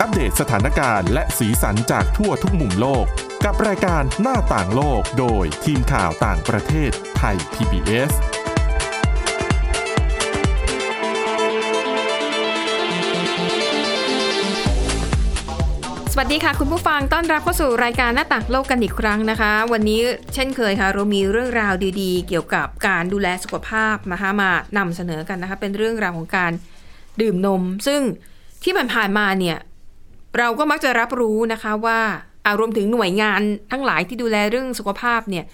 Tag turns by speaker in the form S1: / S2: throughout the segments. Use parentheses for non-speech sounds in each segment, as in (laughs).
S1: อัปเดตสถานการณ์และสีสันจากทั่วทุกมุมโลก กับรายการหน้าต่างโลกโดยทีมข่าวต่างประเทศไทย PBS
S2: สวัสดีค่ะ คุณผู้ฟังต้อนรับเข้าสู่รายการหน้าต่างโลกกันอีกครั้งนะคะ วันนี้เช่นเคยค่ะ เรามีเรื่องราวดีๆ เกี่ยวกับการดูแลสุขภาพนะคะมานำเสนอกันนะคะ เป็นเรื่องราวของการดื่มนม ซึ่งที่ผ่านๆมาเนี่ย เราก็มักจะรับรู้นะคะว่าอารวมถึงหน่วยงานทั้งหลายที่ดูแลเรื่องสุขภาพเนี่ย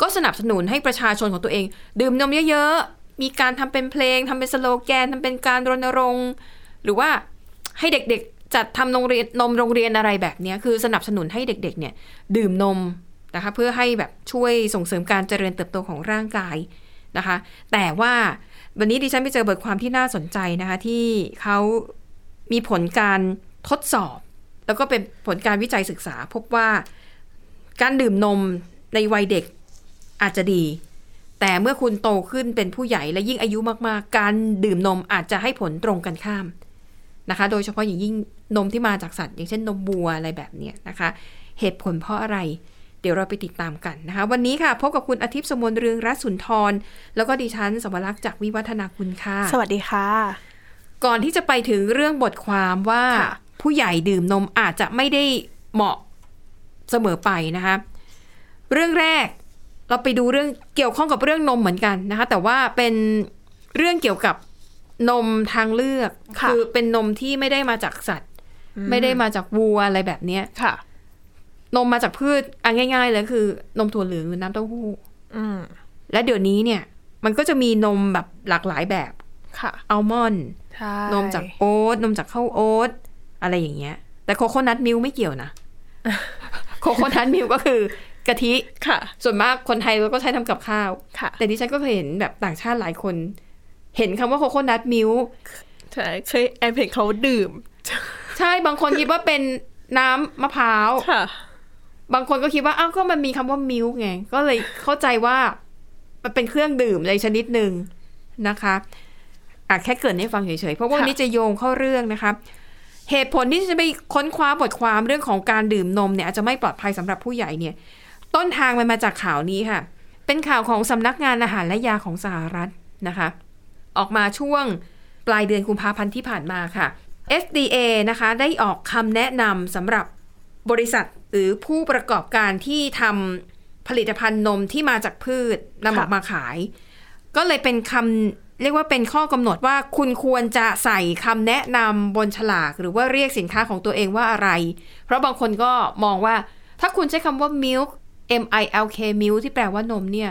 S2: ก็สนับสนุนให้ประชาชนของตัวเอง ดื่มนมเยอะๆ มีการทำเป็นเพลงทำเป็นสโลแกนทำเป็นการรณรงค์ หรือว่าให้เด็กๆ จัดทำโรงเรียนนมโรงเรียนอะไรแบบเนี้ยคือสนับสนุนให้เด็กๆ เนี่ย ดื่มนมนะคะเพื่อให้แบบช่วยส่งเสริมการเจริญเติบโตของร่างกายนะคะ แต่ว่าวันนี้ดิฉันไปเจอบทความที่น่าสนใจนะคะ ที่เขามีผลการทดสอบ แล้วก็เป็นผลการวิจัยศึกษา พบว่าการดื่มนมในวัยเด็กอาจจะดี แต่เมื่อคุณโตขึ้นเป็นผู้ใหญ่และยิ่งอายุมากๆ การดื่มนมอาจจะให้ผลตรงกันข้าม นะคะโดยเฉพาะอย่างยิ่งนมที่มาจากสัตว์ อย่างเช่นนมวัวอะไรแบบเนี้ยนะคะ เหตุผลเพราะอะไร เดี๋ยวเราไปติดตามกันนะคะ วันนี้ค่ะพบกับคุณอาทิตย์สมนเรืองรัศนทร แล้วก็ดิฉันสวรักษ์จากวิวัฒนาคุณค่ะ
S3: สวัสดีค่ะ
S2: ก่อนที่จะไปถึงเรื่องบทความว่า
S3: ค่ะ
S2: ผู้ใหญ่ดื่มนมอาจจะไม่ได้เหมาะเสมอไปนะคะ เรื่องแรกเราไปดูเรื่องเกี่ยวข้องกับเรื่องนมเหมือนกันนะคะ แต่ว่าเป็นเรื่องเกี่ยวกับนมทางเลือก
S3: ค่ะ
S2: อเป็นนมที่ไม่ได้มาจากสัตว์ ไม่ได้มาจากวัวอะไรแบบเนี้ย
S3: ค่ะ
S2: นมมาจากพืชอันง่าย ๆเลยคือนมถั่วเหลืองหรือน้ำเต้าหู้
S3: อืม
S2: และเดี๋ยวนี้เนี่ย มันก็จะมีนมแบบหลากหลายแบบ
S3: ค่ะ
S2: อัลมอน
S3: ใช่
S2: นมจากโอ๊ตนมจากข้าวโอ๊ตอะไรอย่างเงี้ย แต่โคโคนัทมิลค์ไม่เกี่ยว
S3: (laughs)
S2: นะ โคโคนัทมิลค์ก็คือกะทิ
S3: ค่ะ
S2: ส่วนมากคนไทยเราก็ใช้ทำกับข้าว
S3: ค่ะ
S2: แต่ดิฉันก็เคยเห็นแบบต่างชาติหลายคน เห็นคำว่าโคโคนัทมิลค์
S3: ใช่เคยแอบเห็นเขาดื่ม
S2: ใช่บางคนคิดว่าเป็นน้ำมะพร้าว
S3: ค่ะ
S2: บางคนก็คิดว่าอ้าวก็มันมีคำว่ามิลค์ไง ก็เลยเข้าใจว่ามันเป็นเครื่องดื่มในชนิดหนึ่งนะคะอ่ะแค่เกรินให้ฟังเฉยๆ เพราะว่า
S3: ค่ะ
S2: วันนี้จะโยงเข้าเรื่องนะคะ เหตุผลที่จะไปค้นคว้าบทความเรื่องของการดื่มนมเนี่ยอาจจะไม่ปลอดภัยสำหรับผู้ใหญ่เนี่ย ต้นทางมันมาจากข่าวนี้ค่ะ เป็นข่าวของสำนักงานอาหารและยาของสหรัฐนะคะ ออกมาช่วงปลายเดือนกุมภาพันธ์ที่ผ่านมาค่ะ FDA นะคะ ได้ออกคำแนะนำสำหรับบริษัทหรือผู้ประกอบการที่ทำผลิตภัณฑ์นมที่มาจากพืชนำออกมาขาย ก็เลยเป็นคำเรียกว่าเป็นข้อกำหนดว่าคุณควรจะใส่คำแนะนำบนฉลาก หรือว่าเรียกสินค้าของตัวเองว่าอะไร เพราะบางคนก็มองว่า ถ้าคุณใช้คำว่า milk m i l k milk ที่แปลว่านมเนี่ย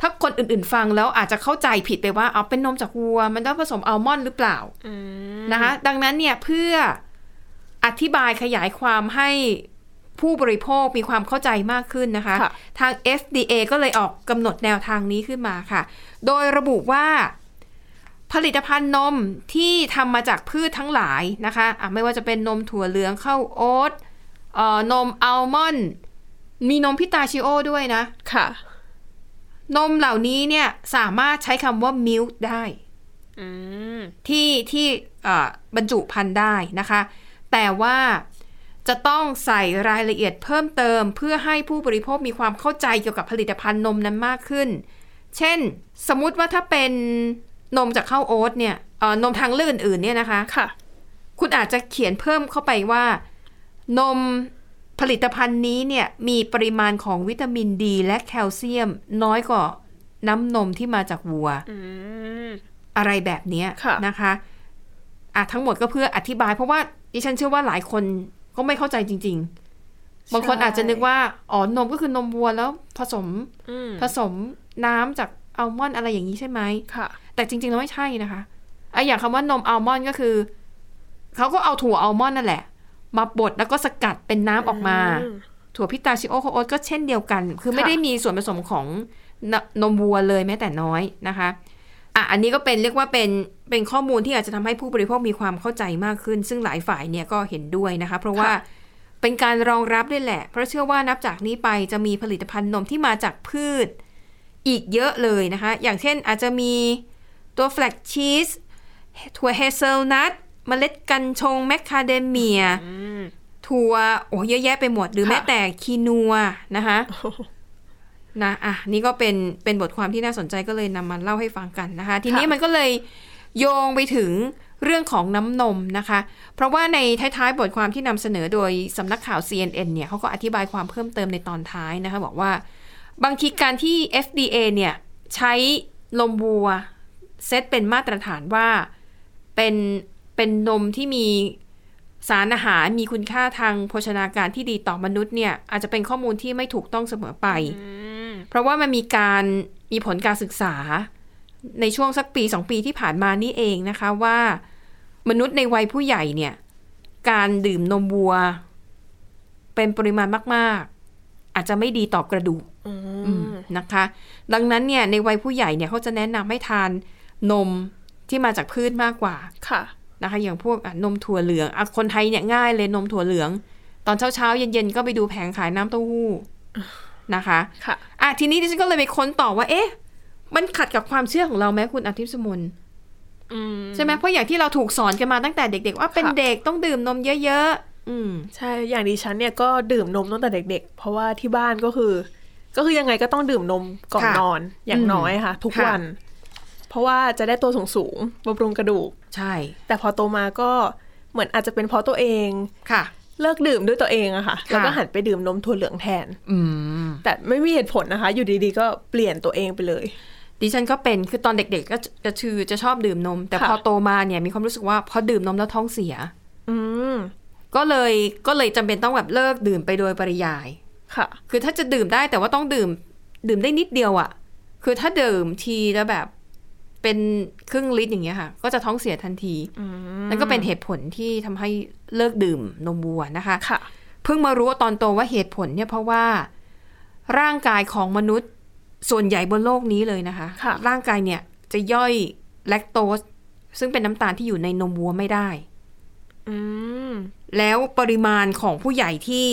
S2: ถ้าคนอื่นๆฟังแล้วอาจจะเข้าใจผิดไปว่าเอาเป็นนมจากวัว มันต้องผสมอัลมอนด์หรือเปล่า
S3: อืม
S2: นะคะ ดังนั้นเนี่ยเพื่ออธิบายขยายความให้ผู้บริโภคมีความเข้าใจมากขึ้นนะคะ
S3: ค่ะ
S2: ทาง FDA ก็เลยออกกำหนดแนวทางนี้ขึ้นมาค่ะ โดยระบุว่า ผลิตภัณฑ์นมที่ทำมาจากพืชทั้งหลายนะคะอ่ะไม่ว่าจะเป็นนมถั่วเหลืองข้าวโอ๊ตเอ่อนมอัลมอนด์มีนมพิตาชิโอด้วยนะ
S3: ค่ะ
S2: นมเหล่านี้เนี่ยสามารถใช้คำว่า milk ได้
S3: อืม
S2: ที่ที่เอ่อบรรจุพันธุ์ได้นะคะ แต่ว่าจะต้องใส่รายละเอียดเพิ่มเติม เพื่อให้ผู้บริโภคมีความเข้าใจเกี่ยวกับผลิตภัณฑ์นมนั้นมากขึ้น เช่น สมมุติว่าถ้าเป็นนมจากข้าวโอ๊ตเนี่ยเอ่อนมทางเลือกอื่นๆเนี่ยนะคะ
S3: ค่ะ
S2: คุณอาจจะเขียนเพิ่มเข้าไปว่า นมผลิตภัณฑ์นี้เนี่ยมีปริมาณของวิตามินดีและแคลเซียม น้อยกว่าน้ำนมที่มาจากวัว
S3: อืม
S2: อะไรแบบเนี้ย
S3: ค่ะ
S2: นะคะอ่ะทั้งหมดก็เพื่ออธิบาย เพราะว่าดิฉันเชื่อว่าหลายคนก็ไม่เข้าใจจริง ๆ บางคน
S3: ใช่
S2: อาจจะนึกว่า อ๋อนมก็คือนมวัวแล้วผสม
S3: อืม
S2: ผสมน้ำจากอัลมอนด์อะไรอย่างนี้ใช่ไหม
S3: ค่ะ
S2: แต่จริงๆแล้วไม่ใช่นะคะไอะอย่างคำว่านมอัลมอนด์ก็คือ เขาก็เอาถั่วอัลมอนด์นั่นแหละ มาบดแล้วก็สกัดเป็นน้ำออกมา ถั่วพิตาชิโอโคโอตก็เช่นเดียวกัน คือไม่
S3: ค่ะ
S2: ได้มีส่วนผสมของนนมวัวเลยแม้แต่น้อยนะคะ อ่ะ อันนี้ก็เป็นเรียกว่าเป็นเป็นข้อมูลที่อาจจะทำให้ผู้บริโภคมีความเข้าใจมากขึ้น ซึ่งหลายฝ่ายเนี่ยก็เห็นด้วยนะคะ เพราะว่าเป็นการรองรับด้วยแหละ เพราะเชื่อว่านับจากนี้ไปจะมีผลิตภัณฑ์นมที่มาจากพืช อีกเยอะเลยนะคะ อย่างเช่นอาจจะมีตัวแฟลกชีสถั่วเฮเซลนัทเมล็ดกัญชงแมคคาเดเมีย
S3: อืม
S2: ถั่วโอ้เยอะแยะไปหมดหรือ
S3: ค่ะ
S2: แม้แต่คีนัวนะคะ
S3: โอ้โห
S2: นะอ่ะนี่ก็เป็นเป็นบทความที่น่าสนใจก็เลยนำมาเล่าให้ฟังกันนะคะ ทีนี้
S3: ค่ะ
S2: มันก็เลยโยงไปถึงเรื่องของน้ำนมนะคะ เพราะว่าในท้ายๆ บทความที่นำเสนอโดยสำนักข่าว CNN เนี่ยเขาก็อธิบายความเพิ่มเติมในตอนท้ายนะคะ บอกว่าบางทีการที่ FDA เนี่ยใช้นมวัวเซตเป็นมาตรฐานว่าเป็นเป็นนมที่มี สารอาหารมีคุณค่าทางโภชนาการที่ดีต่อมนุษย์เนี่ยอาจจะเป็นข้อมูลที่ไม่ถูกต้องเสมอไป เพราะว่ามันมีการมีผลการศึกษาในช่วงสักปีสองปีที่ผ่านมานี่เองนะคะว่า มนุษย์ในวัยผู้ใหญ่เนี่ย การดื่มนมวัว เป็นปริมาณมาก ๆ อาจจะไม่ดีต่อกระดูก
S3: อื
S2: อืม
S3: ม
S2: นะคะ ดังนั้นเนี่ยในวัยผู้ใหญ่เนี่ยเขาจะแนะนำให้ทานนมที่มาจากพืชมากกว่า
S3: ค่ะ
S2: นะคะอย่างพวกอ่ะนมถั่วเหลืองอะคนไทยเนี่ยง่ายเลยนมถั่วเหลือง ตอนเช้าเช้าๆเย็นๆก็ไปดูแผงขายน้ำเต้าหู้นะคะ
S3: ค่ะ
S2: อ่ะทีนี้ดิฉันก็เลยไปค้นต่อว่า เอ๊ะ มันขัดกับความเชื่อของเราไหมคุณอาทิตย์สมน
S3: อืม
S2: ใช่ไหมเพราะอย่างที่เราถูกสอนกันมาตั้งแต่เด็ก ๆ ว่าเป็น
S3: ค่ะ
S2: เด็กต้องดื่มนมเยอะๆอืม
S3: ใช่ อย่างดิฉันเนี่ยก็ดื่มนมตั้งแต่เด็ก ๆ เพราะว่าที่บ้านก็คือ ก็คือยังไงก็ต้องดื่มนมก่อน
S2: ค่ะ
S3: นอน อย่าง
S2: อืม
S3: น้อยค่ะ ทุก
S2: ค่ะ
S3: วัน เพราะว่าจะได้ตัวสูงสูงๆบำรุงกระดูก
S2: ใช่
S3: แต่พอโตมาก็เหมือนอาจจะเป็นเพราะตัวเอง
S2: ค่ะ
S3: เลิกดื่มด้วยตัวเองอะค่ะ
S2: ค่ะ
S3: แล้วก็หันไปดื่มนมถั่วเหลืองแทน
S2: อืม
S3: แต่ไม่มีเหตุผลนะคะ อยู่ดีๆ ก็เปลี่ยนตัวเองไปเลย
S2: ดิฉันก็เป็นคือตอนเด็ก ๆ ก็จะชื่อจะชอบดื่มนม แต่
S3: ค่ะ
S2: พอโตมาเนี่ยมีความรู้สึกว่าพอดื่มนมแล้วท้องเสีย
S3: อืม
S2: ก็เลยก็เลยจำเป็นต้องแบบเลิกดื่มไปโดยปริยาย
S3: ค่ะ
S2: คือถ้าจะดื่มได้แต่ว่าต้องดื่มดื่มได้นิดเดียวอะ่ะ คือถ้าดื่มทีแล้วแบบเป็นครึ่งลิตรอย่างเงี้ยค่ะ ก็จะท้องเสียทันทีนั่นก็เป็นเหตุผลที่ทำให้เลิกดื่มนมวัวนะคะ
S3: ค่ะ
S2: เพิ่งมารู้ว่าตอนโตว่าเหตุผลเนี่ยเพราะว่าร่างกายของมนุษย์ส่วนใหญ่บนโลกนี้เลยนะคะ
S3: ค่ะ
S2: ร่างกายเนี่ยจะย่อยแลคโตสซึ่งเป็นน้ำตาลที่อยู่ในนมวัวไม่ได้
S3: อืม
S2: แล้วปริมาณของผู้ใหญ่ที่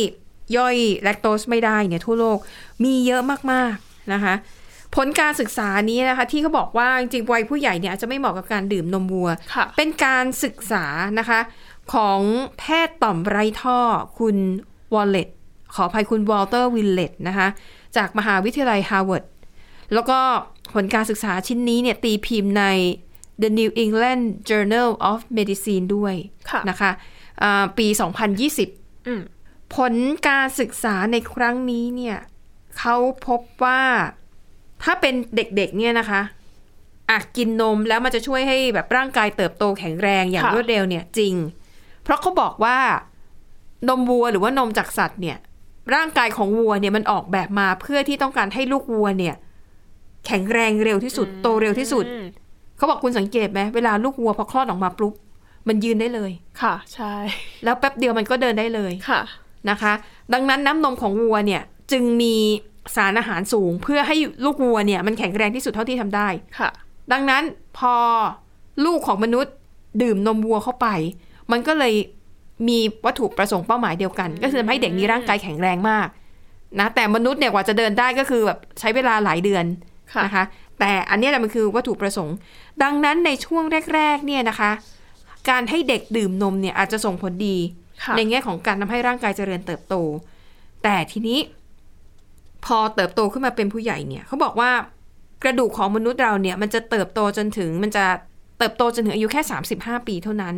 S2: ย่อยแลคโตสไม่ได้เนี่ยทั่วโลกมีเยอะมากๆนะคะ ผลการศึกษานี้นะคะ ที่เขาบอกว่าจริงๆวัยผู้ใหญ่เนี่ยอาจจะไม่เหมาะกับการดื่มนมวัว
S3: ค่ะ
S2: เป็นการศึกษานะคะของแพทย์ต่อมไรท่อคุณวอลเลตขออภัยคุณวอลเตอร์วิลเลตนะคะจากมหาวิทยาลัยฮาร์วาร์ดแล้วก็ผลการศึกษาชิ้นนี้เนี่ยตีพิมพ์ใน The New England Journal of Medicine ด้วย
S3: ค่ะ
S2: นะคะอ่าปี 2020
S3: อืม
S2: ผลการศึกษาในครั้งนี้เนี่ยเขาพบว่าถ้าเป็นเด็กๆเนี่ยนะคะอาจกินนมแล้วมันจะช่วยให้แบบร่างกายเติบโตแข็งแรงอย่าง
S3: ค่ะ
S2: รวดเร็วเนี่ยจริง เพราะเขาบอกว่านมวัวหรือว่านมจากสัตว์เนี่ย ร่างกายของวัวเนี่ยมันออกแบบมาเพื่อที่ต้องการให้ลูกวัวเนี่ย แข็งแรงเร็วที่สุด โตเร็วที่สุด
S3: อืม
S2: เขาบอกคุณสังเกตไหมเวลาลูกวัวพอคลอดออกมาปุ๊บมันยืนได้เลย
S3: ค่ะ ใช่
S2: แล้วแป๊บเดียวมันก็เดินได้เลย
S3: ค่ะ
S2: นะคะ ดังนั้นน้ำนมของวัวเนี่ยจึงมีสารอาหารสูง เพื่อให้ลูกวัวเนี่ยมันแข็งแรงที่สุดเท่าที่ทำได้
S3: ค่ะ
S2: ดังนั้นพอลูกของมนุษย์ดื่มนมวัวเข้าไป มันก็เลยมีวัตถุประสงค์เป้าหมายเดียวกัน ก็คือทำให้เด็กมีร่างกายแข็งแรงมากนะแต่มนุษย์เนี่ยกว่าจะเดินได้ก็คือแบบใช้เวลาหลายเดือน
S3: ค่ะ
S2: นะคะแต่อันเนี้ยแหละมันคือวัตถุประสงค์ ดังนั้นในช่วงแรกๆเนี่ยนะคะ การให้เด็กดื่มนมเนี่ยอาจจะส่งผลดี
S3: ค่ะ
S2: ในแง่ของการทำให้ร่างกายเจริญเติบโต แต่ทีนี้ พอเติบโตขึ้นมาเป็นผู้ใหญ่เนี่ยเขาบอกว่ากระดูกของมนุษย์เราเนี่ยมันจะเติบโตจนถึงมันจะเติบโตจนถึงอายุแค่ 35 ปีเท่านั้น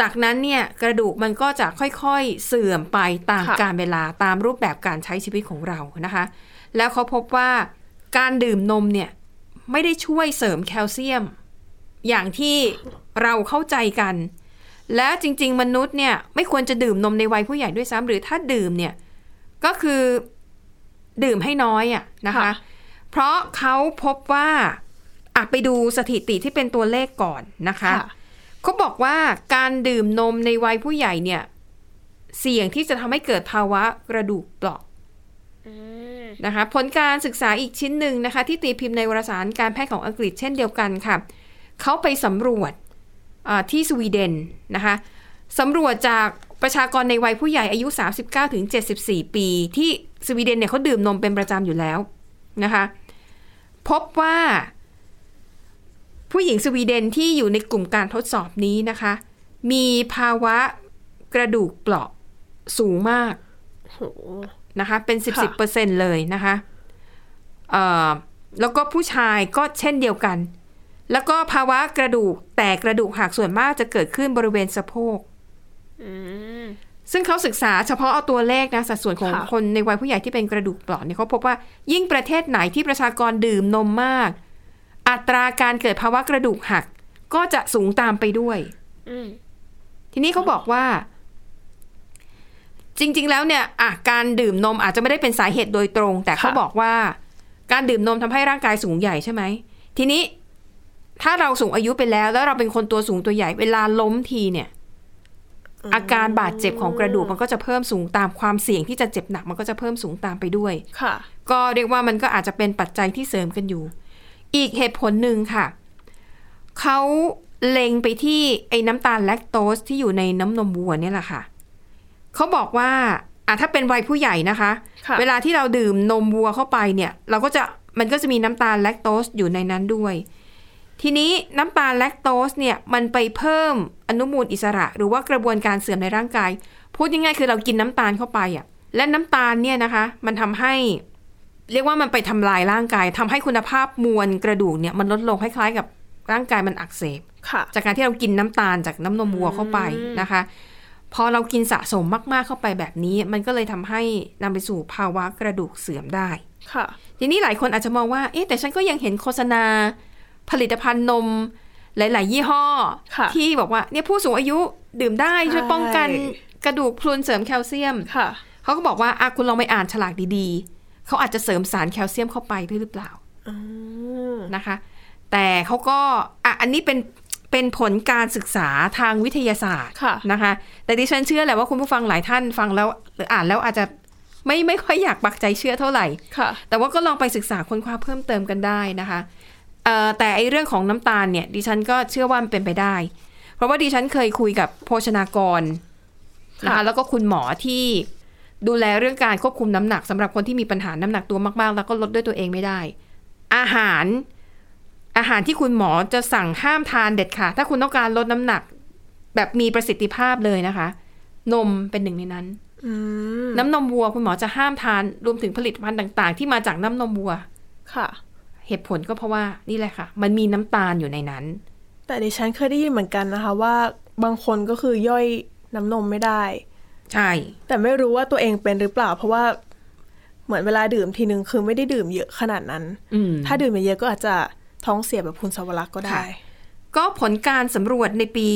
S2: จากนั้นเนี่ยกระดูกมันก็จะค่อยๆเสื่อมไปตาม
S3: ค่ะ
S2: การเวลาตามรูปแบบการใช้ชีวิตของเรานะคะ แล้วเขาพบว่าการดื่มนมเนี่ยไม่ได้ช่วยเสริมแคลเซียม อย่างที่เราเข้าใจกัน แล้วจริง ๆ มนุษย์เนี่ยไม่ควรจะดื่มนมในวัยผู้ใหญ่ด้วยซ้ำหรือถ้าดื่มเนี่ยก็คือดื่มให้น้อยอะนะคะ
S3: ค่ะ
S2: เพราะเขาพบว่าอ่ะไปดูสถิติที่เป็นตัวเลขก่อนนะคะ
S3: ค่ะ
S2: เขาบอกว่าการดื่มนมในวัยผู้ใหญ่เนี่ย เสี่ยงที่จะทำให้เกิดภาวะกระดูกเปราะนะคะผลการศึกษาอีกชิ้นหนึ่งนะคะ ที่ตีพิมพ์ในวารสารการแพทย์ของอังกฤษเช่นเดียวกันค่ะ เขาไปสำรวจอ่าที่สวีเดนนะคะสำรวจจากประชากรในวัยผู้ใหญ่อายุ 39-74 ปี ที่สวีเดนเนี่ยเขาดื่มนมเป็นประจำอยู่แล้วนะคะ พบว่า ผู้หญิงสวีเดนที่อยู่ในกลุ่มการทดสอบนี้นะคะ มีภาวะกระดูกเปราะ สูงมาก
S3: โห
S2: นะคะ เป็นสิบสิบ
S3: ค่ะ
S2: เปอร์เซ็นเลยนะคะเอ่อแล้วก็ผู้ชายก็เช่นเดียวกัน แล้วก็ภาวะกระดูกแตกกระดูกหักส่วนมากจะเกิดขึ้นบริเวณสะโพก
S3: อืม
S2: ซึ่งเขาศึกษาเฉพาะเอาตัวเลขนะสัดส่วนของ
S3: ค่ะ
S2: คนในวัยผู้ใหญ่ที่เป็นกระดูกเปราะเนี่ยเขาพบว่ายิ่งประเทศไหนที่ประชากรดื่มนมมาก อัตราการเกิดภาวะกระดูกหัก ก็จะสูงตามไปด้วย
S3: อืม
S2: ทีนี้เขาบอกว่า จริง ๆ แล้วเนี่ยอ่ะการดื่มนมอาจจะไม่ได้เป็นสาเหตุโดยตรง แต่เขา
S3: ค่ะ
S2: บอกว่า การดื่มนมทำให้ร่างกายสูงใหญ่ใช่ไหมทีนี้ถ้าเราสูงอายุไปแล้ว แล้วเราเป็นคนตัวสูงตัวใหญ่เวลาล้มทีเนี่ย อาการบาดเจ็บของกระดูกมันก็จะเพิ่มสูงตามความเสี่ยงที่จะเจ็บหนักมันก็จะเพิ่มสูงตามไปด้วย
S3: ค่ะ
S2: ก็เรียกว่ามันก็อาจจะเป็นปัจจัยที่เสริมกันอยู่ อีกเหตุผลหนึ่งค่ะ เขาเล็งไปที่ไอ้น้ำตาลแลคโตสที่อยู่ในน้ำนมวัวเนี่ยแหละค่ะ เขาบอกว่าอ่ะถ้าเป็นวัยผู้ใหญ่นะคะ
S3: ค่ะ
S2: เวลาที่เราดื่มนมวัวเข้าไปเนี่ย เราก็จะมันก็จะมีน้ำตาลแลคโตสอยู่ในนั้นด้วย ทีนี้น้ำตาลแลคโตสเนี่ยมันไปเพิ่มอนุมูลอิสระ หรือว่ากระบวนการเสื่อมในร่างกาย พูดง่ายๆคือเรากินน้ำตาลเข้าไปอ่ะ และน้ำตาลเนี่ยนะคะ มันทำให้ เรียกว่ามันไปทำลายร่างกายทำให้คุณภาพมวลกระดูกเนี่ยมันลดลงคล้ายๆกับร่างกายมันอักเสบ
S3: ค่ะ
S2: จากการที่เรากินน้ำตาลจากน้ำนมวัวเข้าไปนะคะ พอเรากินสะสมมากๆเข้าไปแบบนี้ มันก็เลยทำให้นำไปสู่ภาวะกระดูกเสื่อมได้
S3: ค่ะ
S2: ทีนี้หลายคนอาจจะมองว่า เอ๊ะแต่ฉันก็ยังเห็นโฆษณา ผลิตภัณฑ์นม หลาย ๆ ยี่ห้อ
S3: ค่ะ
S2: ที่บอกว่าเนี่ยผู้สูงอายุดื่มได้ช่วย
S3: ใช่
S2: ป้องกันกระดูกพรุนเสริมแคลเซียม
S3: ค่ะ
S2: เขาก็บอกว่าอะคุณลองไปอ่านฉลากดีๆ เขาอาจจะเสริมสารแคลเซียมเข้าไปด้วยหรือเปล่า
S3: อืม
S2: นะคะ แต่เขาก็อ่ะอันนี้เป็นเป็นผลการศึกษาทางวิทยาศาสตร์
S3: ค่ะ
S2: นะคะ แต่ดิฉันเชื่อแหละว่าคุณผู้ฟังหลายท่านฟังแล้ว หรืออ่านแล้วอาจจะไม่ไม่ค่อยอยากปักใจเชื่อเท่าไหร่
S3: ค่ะ
S2: แต่ว่าก็ลองไปศึกษาค้นคว้าเพิ่มเติมกันได้นะคะเอ่อแต่ไอเรื่องของน้ำตาลเนี่ย ดิฉันก็เชื่อว่ามันเป็นไปได้ เพราะว่าดิฉันเคยคุยกับโภชนากรนะคะ
S3: ค่ะ
S2: แล้วก็คุณหมอที่ดูแลเรื่องการควบคุมน้ำหนักสำหรับคนที่มีปัญหาน้ำหนักตัวมาก ๆ แล้วก็ลดด้วยตัวเองไม่ได้ อาหารอาหารที่คุณหมอจะสั่งห้ามทานเด็ดขาดถ้าคุณต้องการลดน้ำหนักแบบมีประสิทธิภาพเลยนะคะ นมเป็นหนึ่งในนั้น
S3: อืม
S2: น้ำนมวัวคุณหมอจะห้ามทานรวมถึงผลิตภัณฑ์ต่างๆ ที่มาจากน้ำนมวัว
S3: ค่ะ
S2: เหตุผลก็เพราะว่านี่แหละค่ะ มันมีน้ำตาลอยู่ในนั้น
S3: แต่ดิฉันเคยได้ยินเหมือนกันนะคะ ว่าบางคนก็คือย่อยน้ำนมไม่ได้
S2: ใช่
S3: แต่ไม่รู้ว่าตัวเองเป็นหรือเปล่า เพราะว่าเหมือนเวลาดื่มทีนึงคือไม่ได้ดื่มเยอะขนาดนั้น
S2: อืม
S3: ถ้าดื่มเยอะๆก็อาจจะท้องเสียแบบคุณสวรักษ์ก็ได้
S2: ค่ะ ก็ผลการสำรวจในปี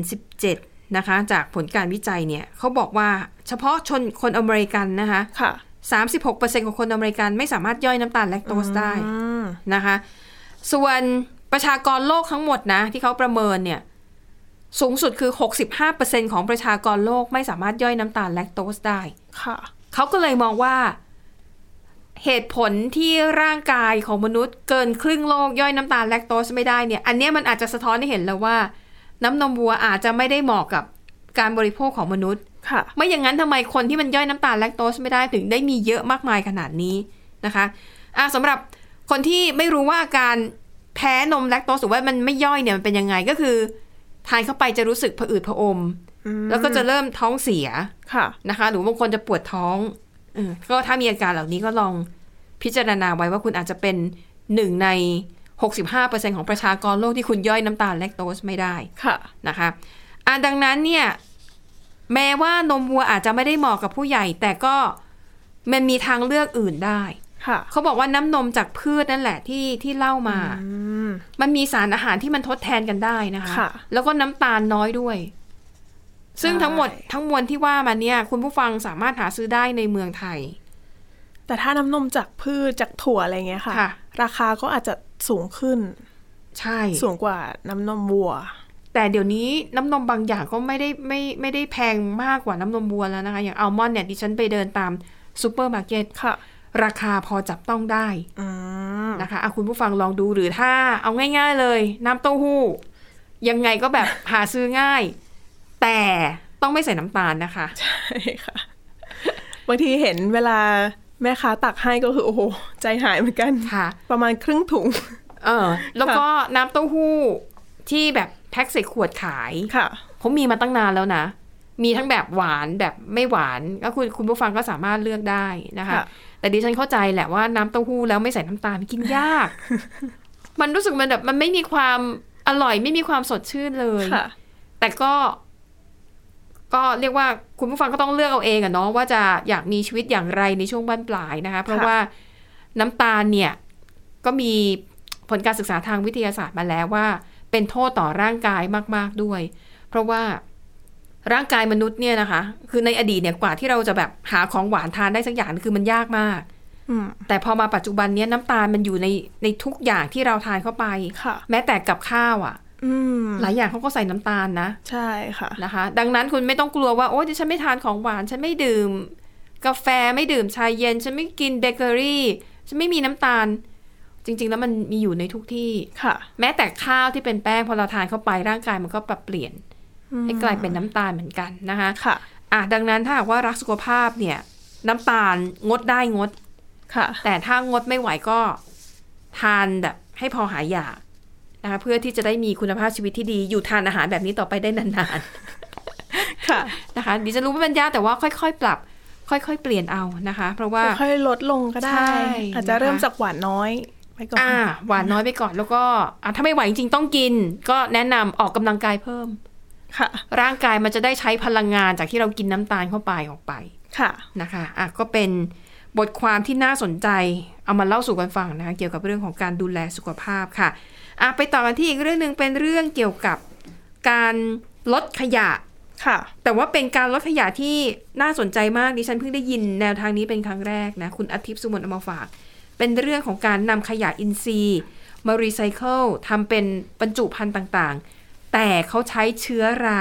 S2: 2017 นะคะ จากผลการวิจัยเนี่ยเขาบอกว่าเฉพาะชนคนอเมริกันนะคะ
S3: ค่ะ
S2: 36%ของคนอเมริกันไม่สามารถย่อยน้ำตาลแลคโตสได้
S3: อืม
S2: นะคะ ส่วนประชากรโลกทั้งหมดนะ ที่เขาประเมินเนี่ย สูงสุดคือ 65%ของประชากรโลกไม่สามารถย่อยน้ำตาลแลคโตสได้
S3: ค่ะ
S2: เขาก็เลยมองว่า เหตุผลที่ร่างกายของมนุษย์เกินครึ่งโลกย่อยน้ำตาลแลคโตสไม่ได้เนี่ย อันเนี้ยมันอาจจะสะท้อนให้เห็นแล้วว่า น้ำนมวัวอาจจะไม่ได้เหมาะกับการบริโภคของมนุษย์
S3: ค่ะ
S2: ไม่อย่างนั้นทำไมคนที่มันย่อยน้ำตาลแลคโตสไม่ได้ถึงได้มีเยอะมากมายขนาดนี้นะคะอ่ะสำหรับคนที่ไม่รู้ว่าอาการแพ้นมแลคโตสหรือว่ามันไม่ย่อยเนี่ยมันเป็นยังไงก็คือ ทานเข้าไปจะรู้สึกผะอืดผะอม
S3: อืม
S2: แล้วก็จะเริ่มท้องเสีย
S3: ค่ะ
S2: นะคะหรือบางคนจะปวดท้องเออก็ถ้ามีอาการเหล่านี้ก็ลองพิจารณาไว้ว่าคุณอาจจะเป็นหนึ่งใน 65%ของประชากรโลกที่คุณย่อยน้ำตาลแลคโตสไม่ได้
S3: ค่ะ
S2: นะคะอ่ะดังนั้นเนี่ย แม้ว่านมวัวอาจจะไม่ได้เหมาะกับผู้ใหญ่ แต่ก็มันมีทางเลือกอื่นได้
S3: ค่ะ
S2: เขาบอกว่าน้ำนมจากพืชนั่นแหละที่ที่เล่ามา
S3: อืม
S2: มันมีสารอาหารที่มันทดแทนกันได้นะคะ
S3: ค่ะ
S2: แล้วก็น้ำตาลน้อยด้วย ซึ่งทั้งหมด
S3: ใช่
S2: ทั้งมวลที่ว่ามาเนี่ย คุณผู้ฟังสามารถหาซื้อได้ในเมืองไทย
S3: แต่ถ้าน้ำนมจากพืชจากถั่วอะไรเงี้ยค่ะ
S2: ค่ะ
S3: ราคาก็อาจจะสูงขึ้น
S2: ใช่
S3: สูงกว่าน้ำนมวัว
S2: แต่เดี๋ยวนี้น้ำนมบางอย่างก็ไม่ได้ไม่ไม่ได้แพงมากกว่าน้ำนมวัวแล้วนะคะ อย่างอัลมอนด์เนี่ยดิฉันไปเดินตามซูเปอร์มาร์เก็ต
S3: ค่ะ
S2: ราคาพอจับต้องได้
S3: อืม
S2: นะคะอ่ะคุณผู้ฟังลองดูหรือถ้าเอาง่าย ๆเลย น้ำเต้าหู้ ยังไงก็แบบหาซื้อง่าย แต่ต้องไม่ใส่น้ำตาลนะคะ
S3: ใช่ค่ะ บางทีเห็นเวลาแม่ค้าตักให้ก็คือ โอ้โห ใจหายเหมือนกัน
S2: ค่ะ
S3: ประมาณครึ่งถุง
S2: เออแล้วก็น้ำเต้าหู้ที่แบบแพ็คใส่ขวดขาย
S3: ค่ะ
S2: เขามีมาตั้งนานแล้วนะ มีทั้งแบบหวานแบบไม่หวานก็คุณคุณผู้ฟังก็สามารถเลือกได้นะคะ
S3: ค่ะ
S2: แต่ดิฉันเข้าใจแหละว่าน้ำเต้าหู้แล้วไม่ใส่น้ำตาลกินย (laughs) าก มันรู้สึกมันแบบมันไม่มีความอร่อยไม่มีความสดชื่นเลย
S3: ค่ะ
S2: แต่ก็ ก็เรียกว่าคุณผู้ฟังก็ต้องเลือกเอาเองอะเนาะว่าจะอยากมีชีวิตอย่างไรในช่วงบั้นปลายนะคะ เพราะ
S3: ค่ะ
S2: ว่าน้ำตาลเนี่ย ก็มีผลการศึกษาทางวิทยาศาสตร์มาแล้วว่า เป็นโทษต่อร่างกายมาก ๆด้วย เพราะว่าร่างกายมนุษย์เนี่ยนะคะ คือในอดีตเนี่ยกว่าที่เราจะแบบหาของหวานทานได้สักอย่างคือมันยากมาก
S3: อืม
S2: แต่พอมาปัจจุบันเนี้ยน้ำตาลมันอยู่ในในทุกอย่างที่เราทานเข้าไป
S3: ค่ะ
S2: แม้แต่กับข้าวอะ่ะ
S3: อืม
S2: หลายอย่างเขาก็ใส่น้ำตาลนะ
S3: ใช่ค่ะ
S2: นะคะดังนั้นคุณไม่ต้องกลัวว่าโอ๊ยดิฉันไม่ทานของหวาน ฉันไม่ดื่ม กาแฟไม่ดื่มชายเย็น ฉันไม่กินเบเกอรี่ ฉันไม่มีน้ำตาล จริง ๆ แล้วมันมีอยู่ในทุกที่
S3: ค่ะ
S2: แม้แต่ข้าวที่เป็นแป้งพอเราทานเข้าไปร่างกายมันก็ปรับเปลี่ยน
S3: อืม
S2: ให้กลายเป็นน้ำตาลเหมือนกันนะคะ
S3: ค่ะ
S2: อ่ะดังนั้นถ้าหากว่ารักสุขภาพเนี่ย น้ำตาลงดได้งด
S3: ค่ะ
S2: แต่ถ้างดไม่ไหวก็ทานแบบให้พอหายอยากนะคะเพื่อที่จะได้มีคุณภาพชีวิตที่ดีอยู่ทานอาหารแบบนี้ต่อไปได้นานๆ
S3: ค่ะ
S2: นะคะดิฉันรู้ว่ามันยากแต่ว่าค่อยๆ ปรับ ค่อยๆ เปลี่ยนเอานะคะ เพราะว่า
S3: ค่อยๆลดลงก็ได้
S2: ใช่
S3: อาจจะ
S2: นะคะ
S3: เริ่มจากหวานน้อยไปก่อน
S2: อ่าหวานน้อยไปก่อนแล้วก็อ่ะถ้าไม่ไหวจริงๆต้องกิน ก็แนะนำออกกำลังกายเพิ่ม
S3: ค่ะ
S2: ร่างกายมันจะได้ใช้พลังงานจากที่เรากินน้ำตาลเข้าไปออกไป
S3: ค่ะ
S2: นะคะอ่ะก็เป็นบทความที่น่าสนใจเอามาเล่าสู่กันฟังนะคะเกี่ยวกับเรื่องของการดูแลสุขภาพค่ะอ่ะไปต่อกันที่อีกเรื่องหนึ่งเป็นเรื่องเกี่ยวกับการลดขยะ
S3: ค่ะ
S2: แต่ว่าเป็นการลดขยะที่น่าสนใจมากดิฉันเพิ่งได้ยินแนวทางนี้เป็นครั้งแรกนะ คุณอาทิตย์สุมนต์เอามาฝาก เป็นเรื่องของการนำขยะอินทรีย์ มารีไซเคิลทำเป็นบรรจุภัณฑ์ต่างๆ แต่เขาใช้เชื้อรา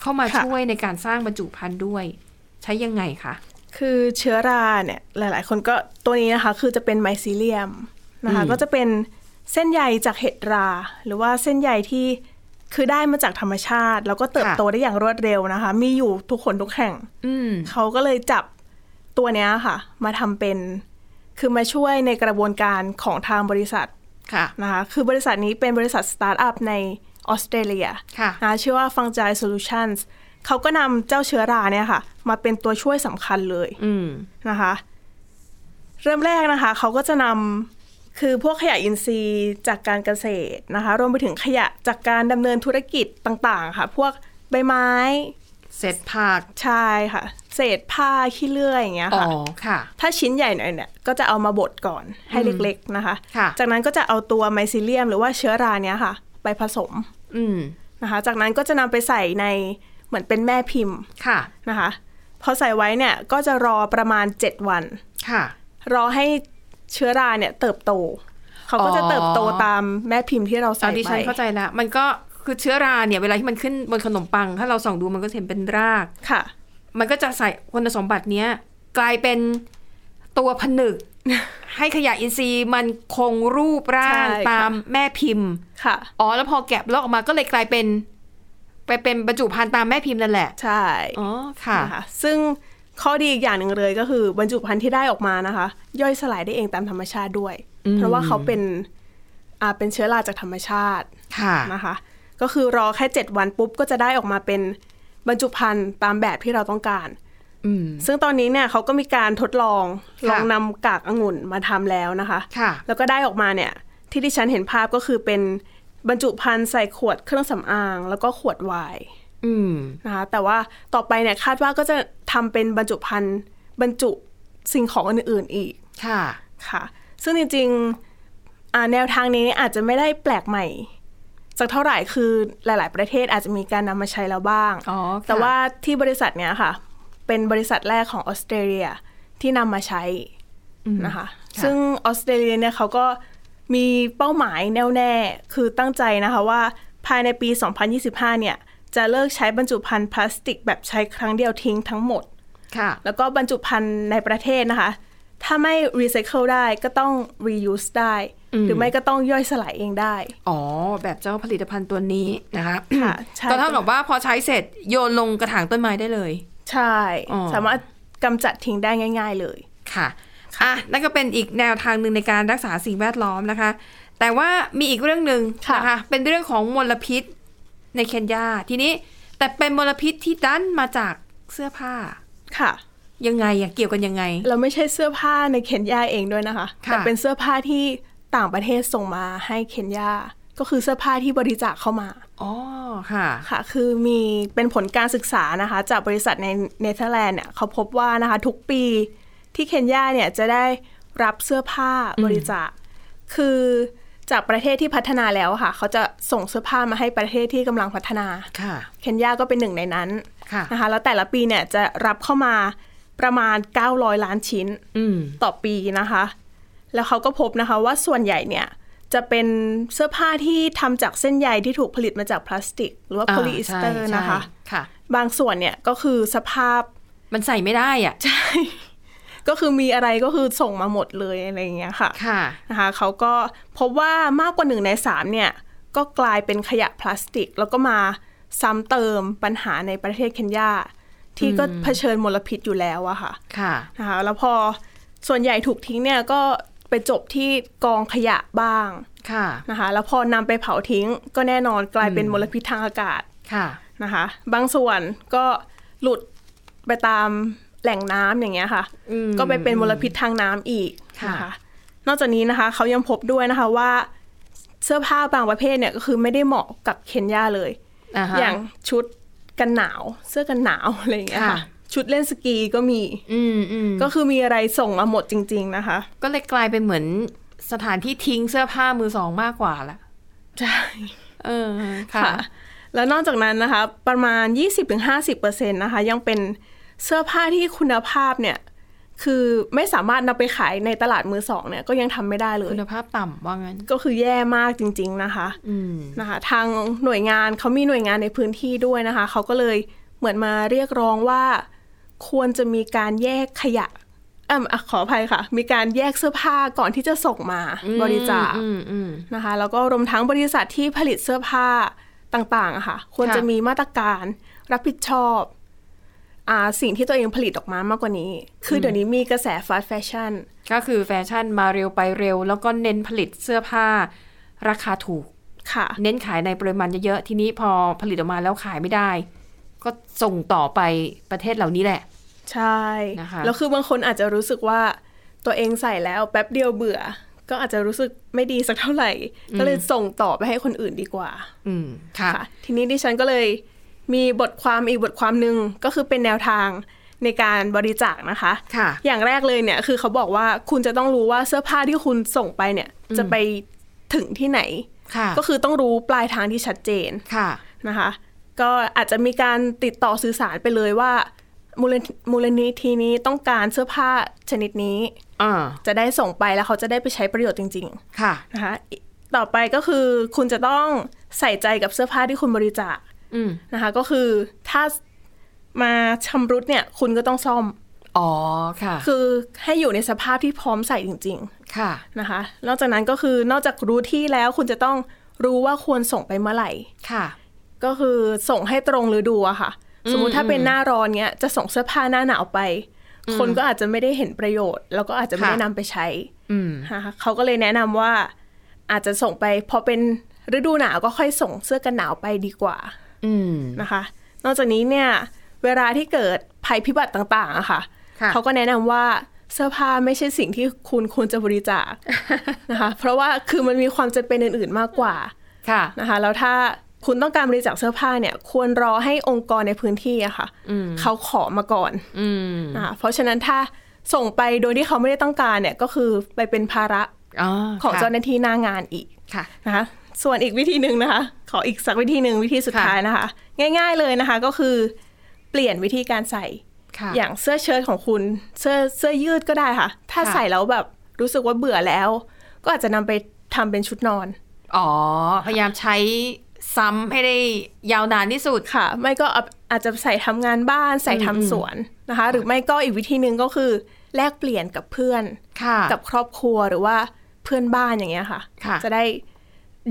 S2: เข้ามา
S3: ค่ะ
S2: ช่วยในการสร้างบรรจุภัณฑ์ด้วย ใช้ยังไงคะ
S3: คือเชื้อราเนี่ยหลาย ๆ คนก็ตัวนี้นะคะ คือจะเป็นไมซีเลียมนะคะก็จะเป็นเส้นใยจากเห็ดรา หรือว่าเส้นใยที่คือได้มาจากธรรมชาติ แล้วก็เติบโตได้อย่างรวดเร็วนะคะ มีอยู่ทุกคนทุกแห่ง
S2: อืม
S3: เขาก็เลยจับตัวเนี้ยค่ะ มาทำเป็น คือมาช่วยในกระบวนการของทางบริษัท
S2: ค่ะ
S3: นะคะคือบริษัทนี้เป็นบริษัทสตาร์ทอัพในออสเตรเลีย
S2: ค่ะ
S3: นะชื่อว่า Fungi Solutions เขาก็นำเจ้าเชื้อราเนี่ยค่ะ มาเป็นตัวช่วยสำคัญเลย
S2: อืม
S3: นะคะ เริ่มแรกนะคะ เขาก็จะนำคือพวกขยะอินทรีย์จากการเกษตรนะคะรวมไปถึงขยะจากการดำเนินธุรกิจต่างๆ ค่ะ พวกใบไม้
S2: เสร็จผัก
S3: ชายค่ะ เศษผ้าขี้เลื่อยอย่างเงี้ย
S2: อ๋อ
S3: ค่ะ
S2: ค่ะ
S3: ถ้าชิ้นใหญ่หน่อยเนี่ยก็จะเอามาบดก่อนให้เล็กๆนะคะ
S2: ค่ะ
S3: จากนั้นก็จะเอาตัวไมซีเลียม หรือว่าเชื้อราเนี่ยค่ะ ไปผสม
S2: อืม
S3: นะคะจากนั้นก็จะนำไปใส่ในเหมือนเป็นแม่พิมพ์
S2: ค่ะ
S3: นะคะพอใส่ไว้เนี่ยก็จะรอประมาณ 7 วัน
S2: ค่ะ
S3: รอให้เชื้อราเนี่ยเติบโต เขาก็จะเติบโตตามแม่พิมพ์ที่เราใส่
S2: อ่ะดิ
S3: ไป
S2: ฉันเข้าใจแล้ว มันก็คือเชื้อราเนี่ยเวลาที่มันขึ้นบนขนมปัง ถ้าเราส่องดูมันก็จะเห็นเป็นราก
S3: ค่ะ
S2: มันก็จะใส่คุณสมบัติเนี้ย กลายเป็นตัวผ (laughs) นึก ให้ขยะอินทรีย์มันคงรูปร่าง
S3: ใช่ค่ะ
S2: ตามแม่พิมพ์
S3: ค่ะ
S2: อ๋อแล้วพอแกะลอกออกมาก็เลยกลายเป็น ไปเป็นบรรจุภัณฑ์ตามแม่พิมพ์นั่นแหละ
S3: ใช่
S2: อ๋อค่ะ
S3: นะคะซึ่งข้อดีอีกอย่างหนึ่งเลยก็คือบรรจุภัณฑ์ที่ได้ออกมานะคะ ย่อยสลายได้เองตามธรรมชาติด้วย เพราะว่าเขาเป็นอ่าเป็นเชื้อราจากธรรมชาติ
S2: ค่ะ
S3: นะคะก็คือรอแค่ 7 วันปุ๊บก็จะได้ออกมาเป็นบรรจุภัณฑ์ตามแบบที่เราต้องการ
S2: อืม
S3: ซึ่งตอนนี้เนี่ยเขาก็มีการทดลอง
S2: ค่ะ
S3: ลองนำกากองุ่นมาทำแล้วนะคะ
S2: ค่ะ
S3: แล้วก็ได้ออกมาเนี่ยที่ที่ฉันเห็นภาพก็คือเป็นบรรจุภัณฑ์ใส่ขวดเครื่องสำอาง แล้วก็ขวดไวน์
S2: อืม
S3: นะคะแต่ว่าต่อไปเนี่ยคาดว่าก็จะทำเป็นบรรจุภัณฑ์บรรจุสิ่งของอื่นๆอีก
S2: ค่ะ
S3: ค่ะ ซึ่งจริงๆอ่าแนวทางนี้อาจจะไม่ได้แปลกใหม่สักเท่าไหร่คือหลาย ๆ ประเทศอาจจะมีการนำมาใช้แล้วบ้าง
S2: อ๋อค่ะ
S3: แต่ว่าที่บริษัทเนี้ยค่ะ เป็นบริษัทแรกของออสเตรเลียที่นำมาใช้นะคะ ซึ่งออสเตรเลียเนี่ยเขาก็มีเป้าหมายแน่วแน่คือตั้งใจนะคะว่าภายในปี 2025 เนี่ยจะเลิกใช้บรรจุภัณฑ์พลาสติกแบบใช้ครั้งเดียวทิ้งทั้งหมด
S2: ค่ะ
S3: แล้วก็บรรจุภัณฑ์ในประเทศนะคะ ถ้าไม่รีไซเคิลได้ก็ต้อง reuse ได้ หรือไม่ก็ต้องย่อยสลายเองได้
S2: อ๋อ แบบเจ้าผลิตภัณฑ์ตัวนี้นะคะ
S3: ค่ะใช่
S2: ก็เท่ากับว่าพอใช้เสร็จโยนลงกระถางต้นไม้ได้เลย
S3: ใช่
S2: อ๋อ
S3: สามารถกำจัดทิ้งได้ง่าย ๆเลย
S2: ค่ะอ่ะ นั่นก็เป็นอีกแนวทางหนึ่งในการรักษาสิ่งแวดล้อมนะคะ แต่ว่ามีอีกเรื่องหนึ่ง
S3: ค่ะ
S2: นะคะ เป็นเรื่องของมลพิษในเคนยา ทีนี้ แต่เป็นมลพิษที่ดันมาจากเสื้อผ้า
S3: ค่ะ
S2: ยังไงอะเกี่ยวกันยังไง
S3: เราไม่ใช่เสื้อผ้าในเคนยาเองด้วยนะคะ
S2: ค่ะ
S3: แต่เป็นเสื้อผ้าที่ต่างประเทศส่งมาให้เคนยา ก็คือเสื้อผ้าที่บริจาคเข้ามา
S2: อ๋อค่ะ
S3: ค่ะ คือมีเป็นผลการศึกษานะคะ จากบริษัทในเนเธอร์แลนด์เนี่ยเขาพบว่านะคะ ทุกปีที่เคนยาเนี่ยจะได้รับเสื้อผ้าบริจาค คือจากประเทศที่พัฒนาแล้วอะค่ะ เขาจะส่งเสื้อผ้ามาให้ประเทศที่กำลังพัฒนา
S2: ค่ะ
S3: เคนยาก็เป็นหนึ่งในนั้น
S2: ค่ะ
S3: นะคะ แล้วแต่ละปีเนี่ยจะรับเข้ามาประมาณ 900 ล้านชิ้น
S2: อืม
S3: ต่อปีนะคะ แล้วเขาก็พบนะคะว่าส่วนใหญ่เนี่ยจะเป็นเสื้อผ้าที่ทำจากเส้นใยที่ถูกผลิตมาจากพลาสติก หรือว่า
S2: อ่า
S3: โพลีเอสเตอร์
S2: ใช่
S3: นะคะ
S2: ใช่ค่ะ
S3: บางส่วนเนี่ยก็คือสภาพ
S2: มันใส่ไม่ได้อ่ะ
S3: ก็คือมีอะไรก็คือส่งมาหมดเลยอะไรอย่างเงี้ยค่ะ
S2: ค่ะ
S3: นะคะเขาก็พบว่ามากกว่าหนึ่งในสามเนี่ยก็กลายเป็นขยะพลาสติก แล้วก็มาซ้ำเติมปัญหาในประเทศเคนยาที่ก็เผชิญมลพิษอยู่แล้วอะค่ะ
S2: ค่ะ
S3: นะคะแล้วพอส่วนใหญ่ถูกทิ้งเนี่ยก็ไปจบที่กองขยะบ้าง
S2: ค่ะ
S3: นะคะ แล้วพอนำไปเผาทิ้งก็แน่นอนกลายเป็นมลพิษทางอากาศ
S2: ค่ะ
S3: นะคะ บางส่วนก็หลุดไปตามแหล่งน้ำอย่างเงี้ยค่ะ
S2: อืม
S3: ก็ไปเป็นมลพิษทางน้ำอีก
S2: ค่ะ
S3: นะคะ นอกจากนี้นะคะเขายังพบด้วยนะคะว่าเสื้อผ้าบางประเภทเนี่ยก็คือไม่ได้เหมาะกับเคนยาเลย
S2: าฮะ
S3: อย่างชุดกันหนาวเสื้อกันหนาวอะไรอย่างเงี้ย
S2: ค่ะ
S3: ค่ะ ชุดเล่นสกีก็มี
S2: อืมอืม
S3: ก็คือมีอะไรส่งมาหมดจริง ๆนะคะ
S2: ก็เลยกลายเป็นเหมือนสถานที่ทิ้งเสื้อผ้ามือสองมากกว่าละ
S3: ใช่
S2: เออ ค่ะ
S3: ค่ะ แล้วนอกจากนั้นนะคะ ประมาณ 20-50%นะคะ ยังเป็นเสื้อผ้าที่คุณภาพเนี่ย คือไม่สามารถนำไปขายในตลาดมือสองเนี่ยก็ยังทำไม่ได้เลย
S2: คุณภาพต่ำว่างั้น
S3: ก็คือแย่มากจริง ๆนะคะ
S2: อืม
S3: นะคะทางหน่วยงานเขามีหน่วยงานในพื้นที่ด้วยนะคะ เขาก็เลยเหมือนมาเรียกร้องว่า ควรจะมีการแยกขยะเอ่มอ่ะขออภัยค่ะ มีการแยกเสื้อผ้าก่อนที่จะส่งมาบริจาค
S2: อืมอืม
S3: นะคะแล้วก็รวมทั้งบริษัทที่ผลิตเสื้อผ้าต่างๆอะค่ะควร
S2: ค่ะ
S3: จะมีมาตรการรับผิดชอบอาสิ่งที่ตัวเองผลิตออกมามากกว่านี้ คือเดี๋ยวนี้มีกระแสฟาสต์แฟชั่น
S2: ก็คือแฟชั่นมาเร็วไปเร็ว แล้วก็เน้นผลิตเสื้อผ้า ราคาถูก
S3: ค่ะ
S2: เน้นขายในปริมาณเยอะๆ ทีนี้พอผลิตออกมาแล้วขายไม่ได้ ก็ส่งต่อไปประเทศเหล่านี้แหละ
S3: ใช่
S2: นะคะ
S3: แล้วคือบางคนอาจจะรู้สึกว่าตัวเองใส่แล้วแป๊บเดียวเบื่อ ก็อาจจะรู้สึกไม่ดีสักเท่าไหร่ ก็เลยส่งต่อไปให้คนอื่นดีกว่า
S2: อืม ค่ะ
S3: ค่ะทีนี้ดิฉันก็เลยมีบทความอีกบทความหนึ่งก็คือเป็นแนวทางในการบริจาคนะคะ
S2: ค่ะ
S3: อย่างแรกเลยเนี่ยคือเขาบอกว่าคุณจะต้องรู้ว่าเสื้อผ้าที่คุณส่งไปเนี่ยจะไปถึงที่ไหน
S2: ค่ะ
S3: ก็คือต้องรู้ปลายทางที่ชัดเจน
S2: ค่ะ
S3: นะคะ ก็อาจจะมีการติดต่อสื่อสารไปเลยว่ามูลนิมูลนิธินี้ต้องการเสื้อผ้าชนิดนี้
S2: อ่า
S3: จะได้ส่งไปแล้วเขาจะได้ไปใช้ประโยชน์จริง ๆ
S2: ค่ะ
S3: นะคะต่อไปก็คือคุณจะต้องใส่ใจกับเสื้อผ้าที่คุณบริจาค
S2: อืม
S3: นะคะก็คือถ้ามาชำรุดเนี่ยคุณก็ต้องซ่อม
S2: อ๋อ ค่ะ
S3: คือให้อยู่ในสภาพที่พร้อมใส่จริง
S2: ค่ะ
S3: ๆนะคะนอกจากนั้นก็คือนอกจากรู้ที่แล้วคุณจะต้องรู้ว่าควรส่งไปเมื่อไหร่
S2: ค่ะ
S3: ก็คือส่งให้ตรงฤดูอะค่ะ สมมุติถ้าเป็นหน้าร้อนเนี้ยจะส่งเสื้อผ้าหน้าหนาวไป คนก็อาจจะไม่ได้เห็นประโยชน์ แล้วก็อาจจะไม่ได้
S2: ค่ะ
S3: นำไปใช้
S2: อืม
S3: นะคะเขาก็เลยแนะนำว่าอาจจะส่งไปพอเป็นฤดูหนาวก็ค่อยส่งเสื้อกันหนาวไปดีกว่า
S2: อืม
S3: นะคะ นอกจากนี้เนี่ยเวลาที่เกิดภัยพิบัติต่างๆอะค่ะ
S2: ค่ะ
S3: เขาก็แนะนำว่าเสื้อผ้าไม่ใช่สิ่งที่คุณควรจะบริจา (laughs) ค นะคะเพราะว่าคือมันมีความจำเป็นอื่นๆมากกว่า
S2: ค่ะ
S3: นะคะแล้วถ้าคุณต้องการบริจาคเสื้อผ้าเนี่ยควรรอให้องค์กรในพื้นที่อะค่ะเขาขอมาก่อน
S2: อืม
S3: อ่าเพราะฉะนั้นถ้าส่งไปโดยที่เขาไม่ได้ต้องการเนี่ยก็คือไปเป็นภาระ
S2: อ๋อ
S3: ของ
S2: ค่ะ
S3: เจ้าหน้าที่หน้างานอีก
S2: ค่ะ
S3: นะคะส่วนอีกวิธีหนึ่งนะคะ ขออีกสักวิธีหนึ่งวิธีสุด
S2: ค่ะ
S3: ท้ายนะคะ ง่าย ๆเลยนะคะก็คือเปลี่ยนวิธีการใส่
S2: ค่ะ
S3: อย่างเสื้อเชิ้ตของคุณเสื้อเสื้อยืดก็ได้ค่ะ ถ้า
S2: ค่ะ
S3: ใส่แล้วแบบรู้สึกว่าเบื่อแล้ว ก็อาจจะนำไปทำเป็นชุดนอน
S2: อ๋อ พยายามใช้ซ้ำให้ได้ยาวนานที่สุด
S3: ค่ะ ไม่ก็เอาอาจจะใส่ทำงานบ้านใส่ทำสวนนะคะ หรือไม่ก็อีกวิธีหนึ่งก็คือแลกเปลี่ยนกับเพื่อน
S2: ค่ะ
S3: กับครอบครัวหรือว่าเพื่อนบ้านอย่างเงี้ยค่ะ
S2: ค่ะ
S3: จะได้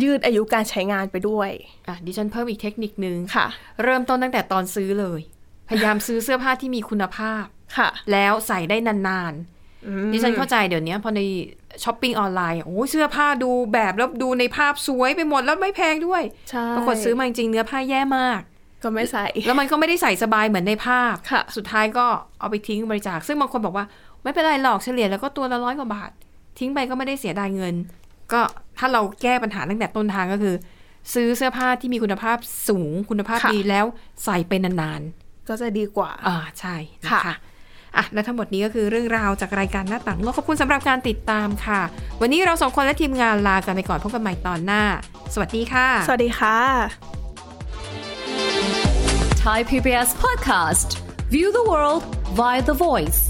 S3: ยืดอายุการใช้งานไปด้วย
S2: อ่ะดิฉันเพิ่มอีกเทคนิคนึง
S3: ค่ะ
S2: เริ่มต้นตั้งแต่ตอนซื้อเลย พยายามซื้อเสื้อผ้าที่มีคุณภาพ
S3: ค่ะ
S2: แล้วใส่ได้นานๆ ดิฉันเข้าใจเดี๋ยวนี้พอในช้อปปิ้งออนไลน์อ่ะโอ้ยเสื้อผ้าดูแบบแล้วดูในภาพสวยไปหมดแล้วไม่แพงด้วย
S3: ใช่
S2: ปรากฏซื้อมาจริงๆเนื้อผ้าแย่มาก
S3: ก็ไม่ใส่
S2: แล้วมันก็ไม่ได้ใส่สบายเหมือนในภาพ
S3: ค่ะ
S2: สุดท้ายก็เอาไปทิ้งบริจาค ซึ่งบางคนบอกว่า ไม่เป็นไรหรอกเฉลี่ยแล้วก็ตัวละร้อยกว่าบาท ทิ้งไปก็ไม่ได้เสียดายเงิน ก็ถ้าเราแก้ปัญหาตั้งแต่ต้นทางก็คือ ซื้อเสื้อผ้าที่มีคุณภาพสูงคุณภาพดีแล้วใส่ไปนานๆ
S3: ก็จะดีกว่า
S2: อ่าใช่นะ
S3: ค่ะ
S2: ค่ะอ่ะ และทั้งหมดนี้ก็คือเรื่องราวจากรายการหน้าต่างโลกขอบคุณสำหรับการติดตามค่ะ วันนี้เราสองคนและทีมงานลากันไปก่อนพบกันใหม่ตอนหน้า สวัสดีค่ะ
S3: สวัสดีค่ะ
S4: Thai PBS podcast. View the world via the voice.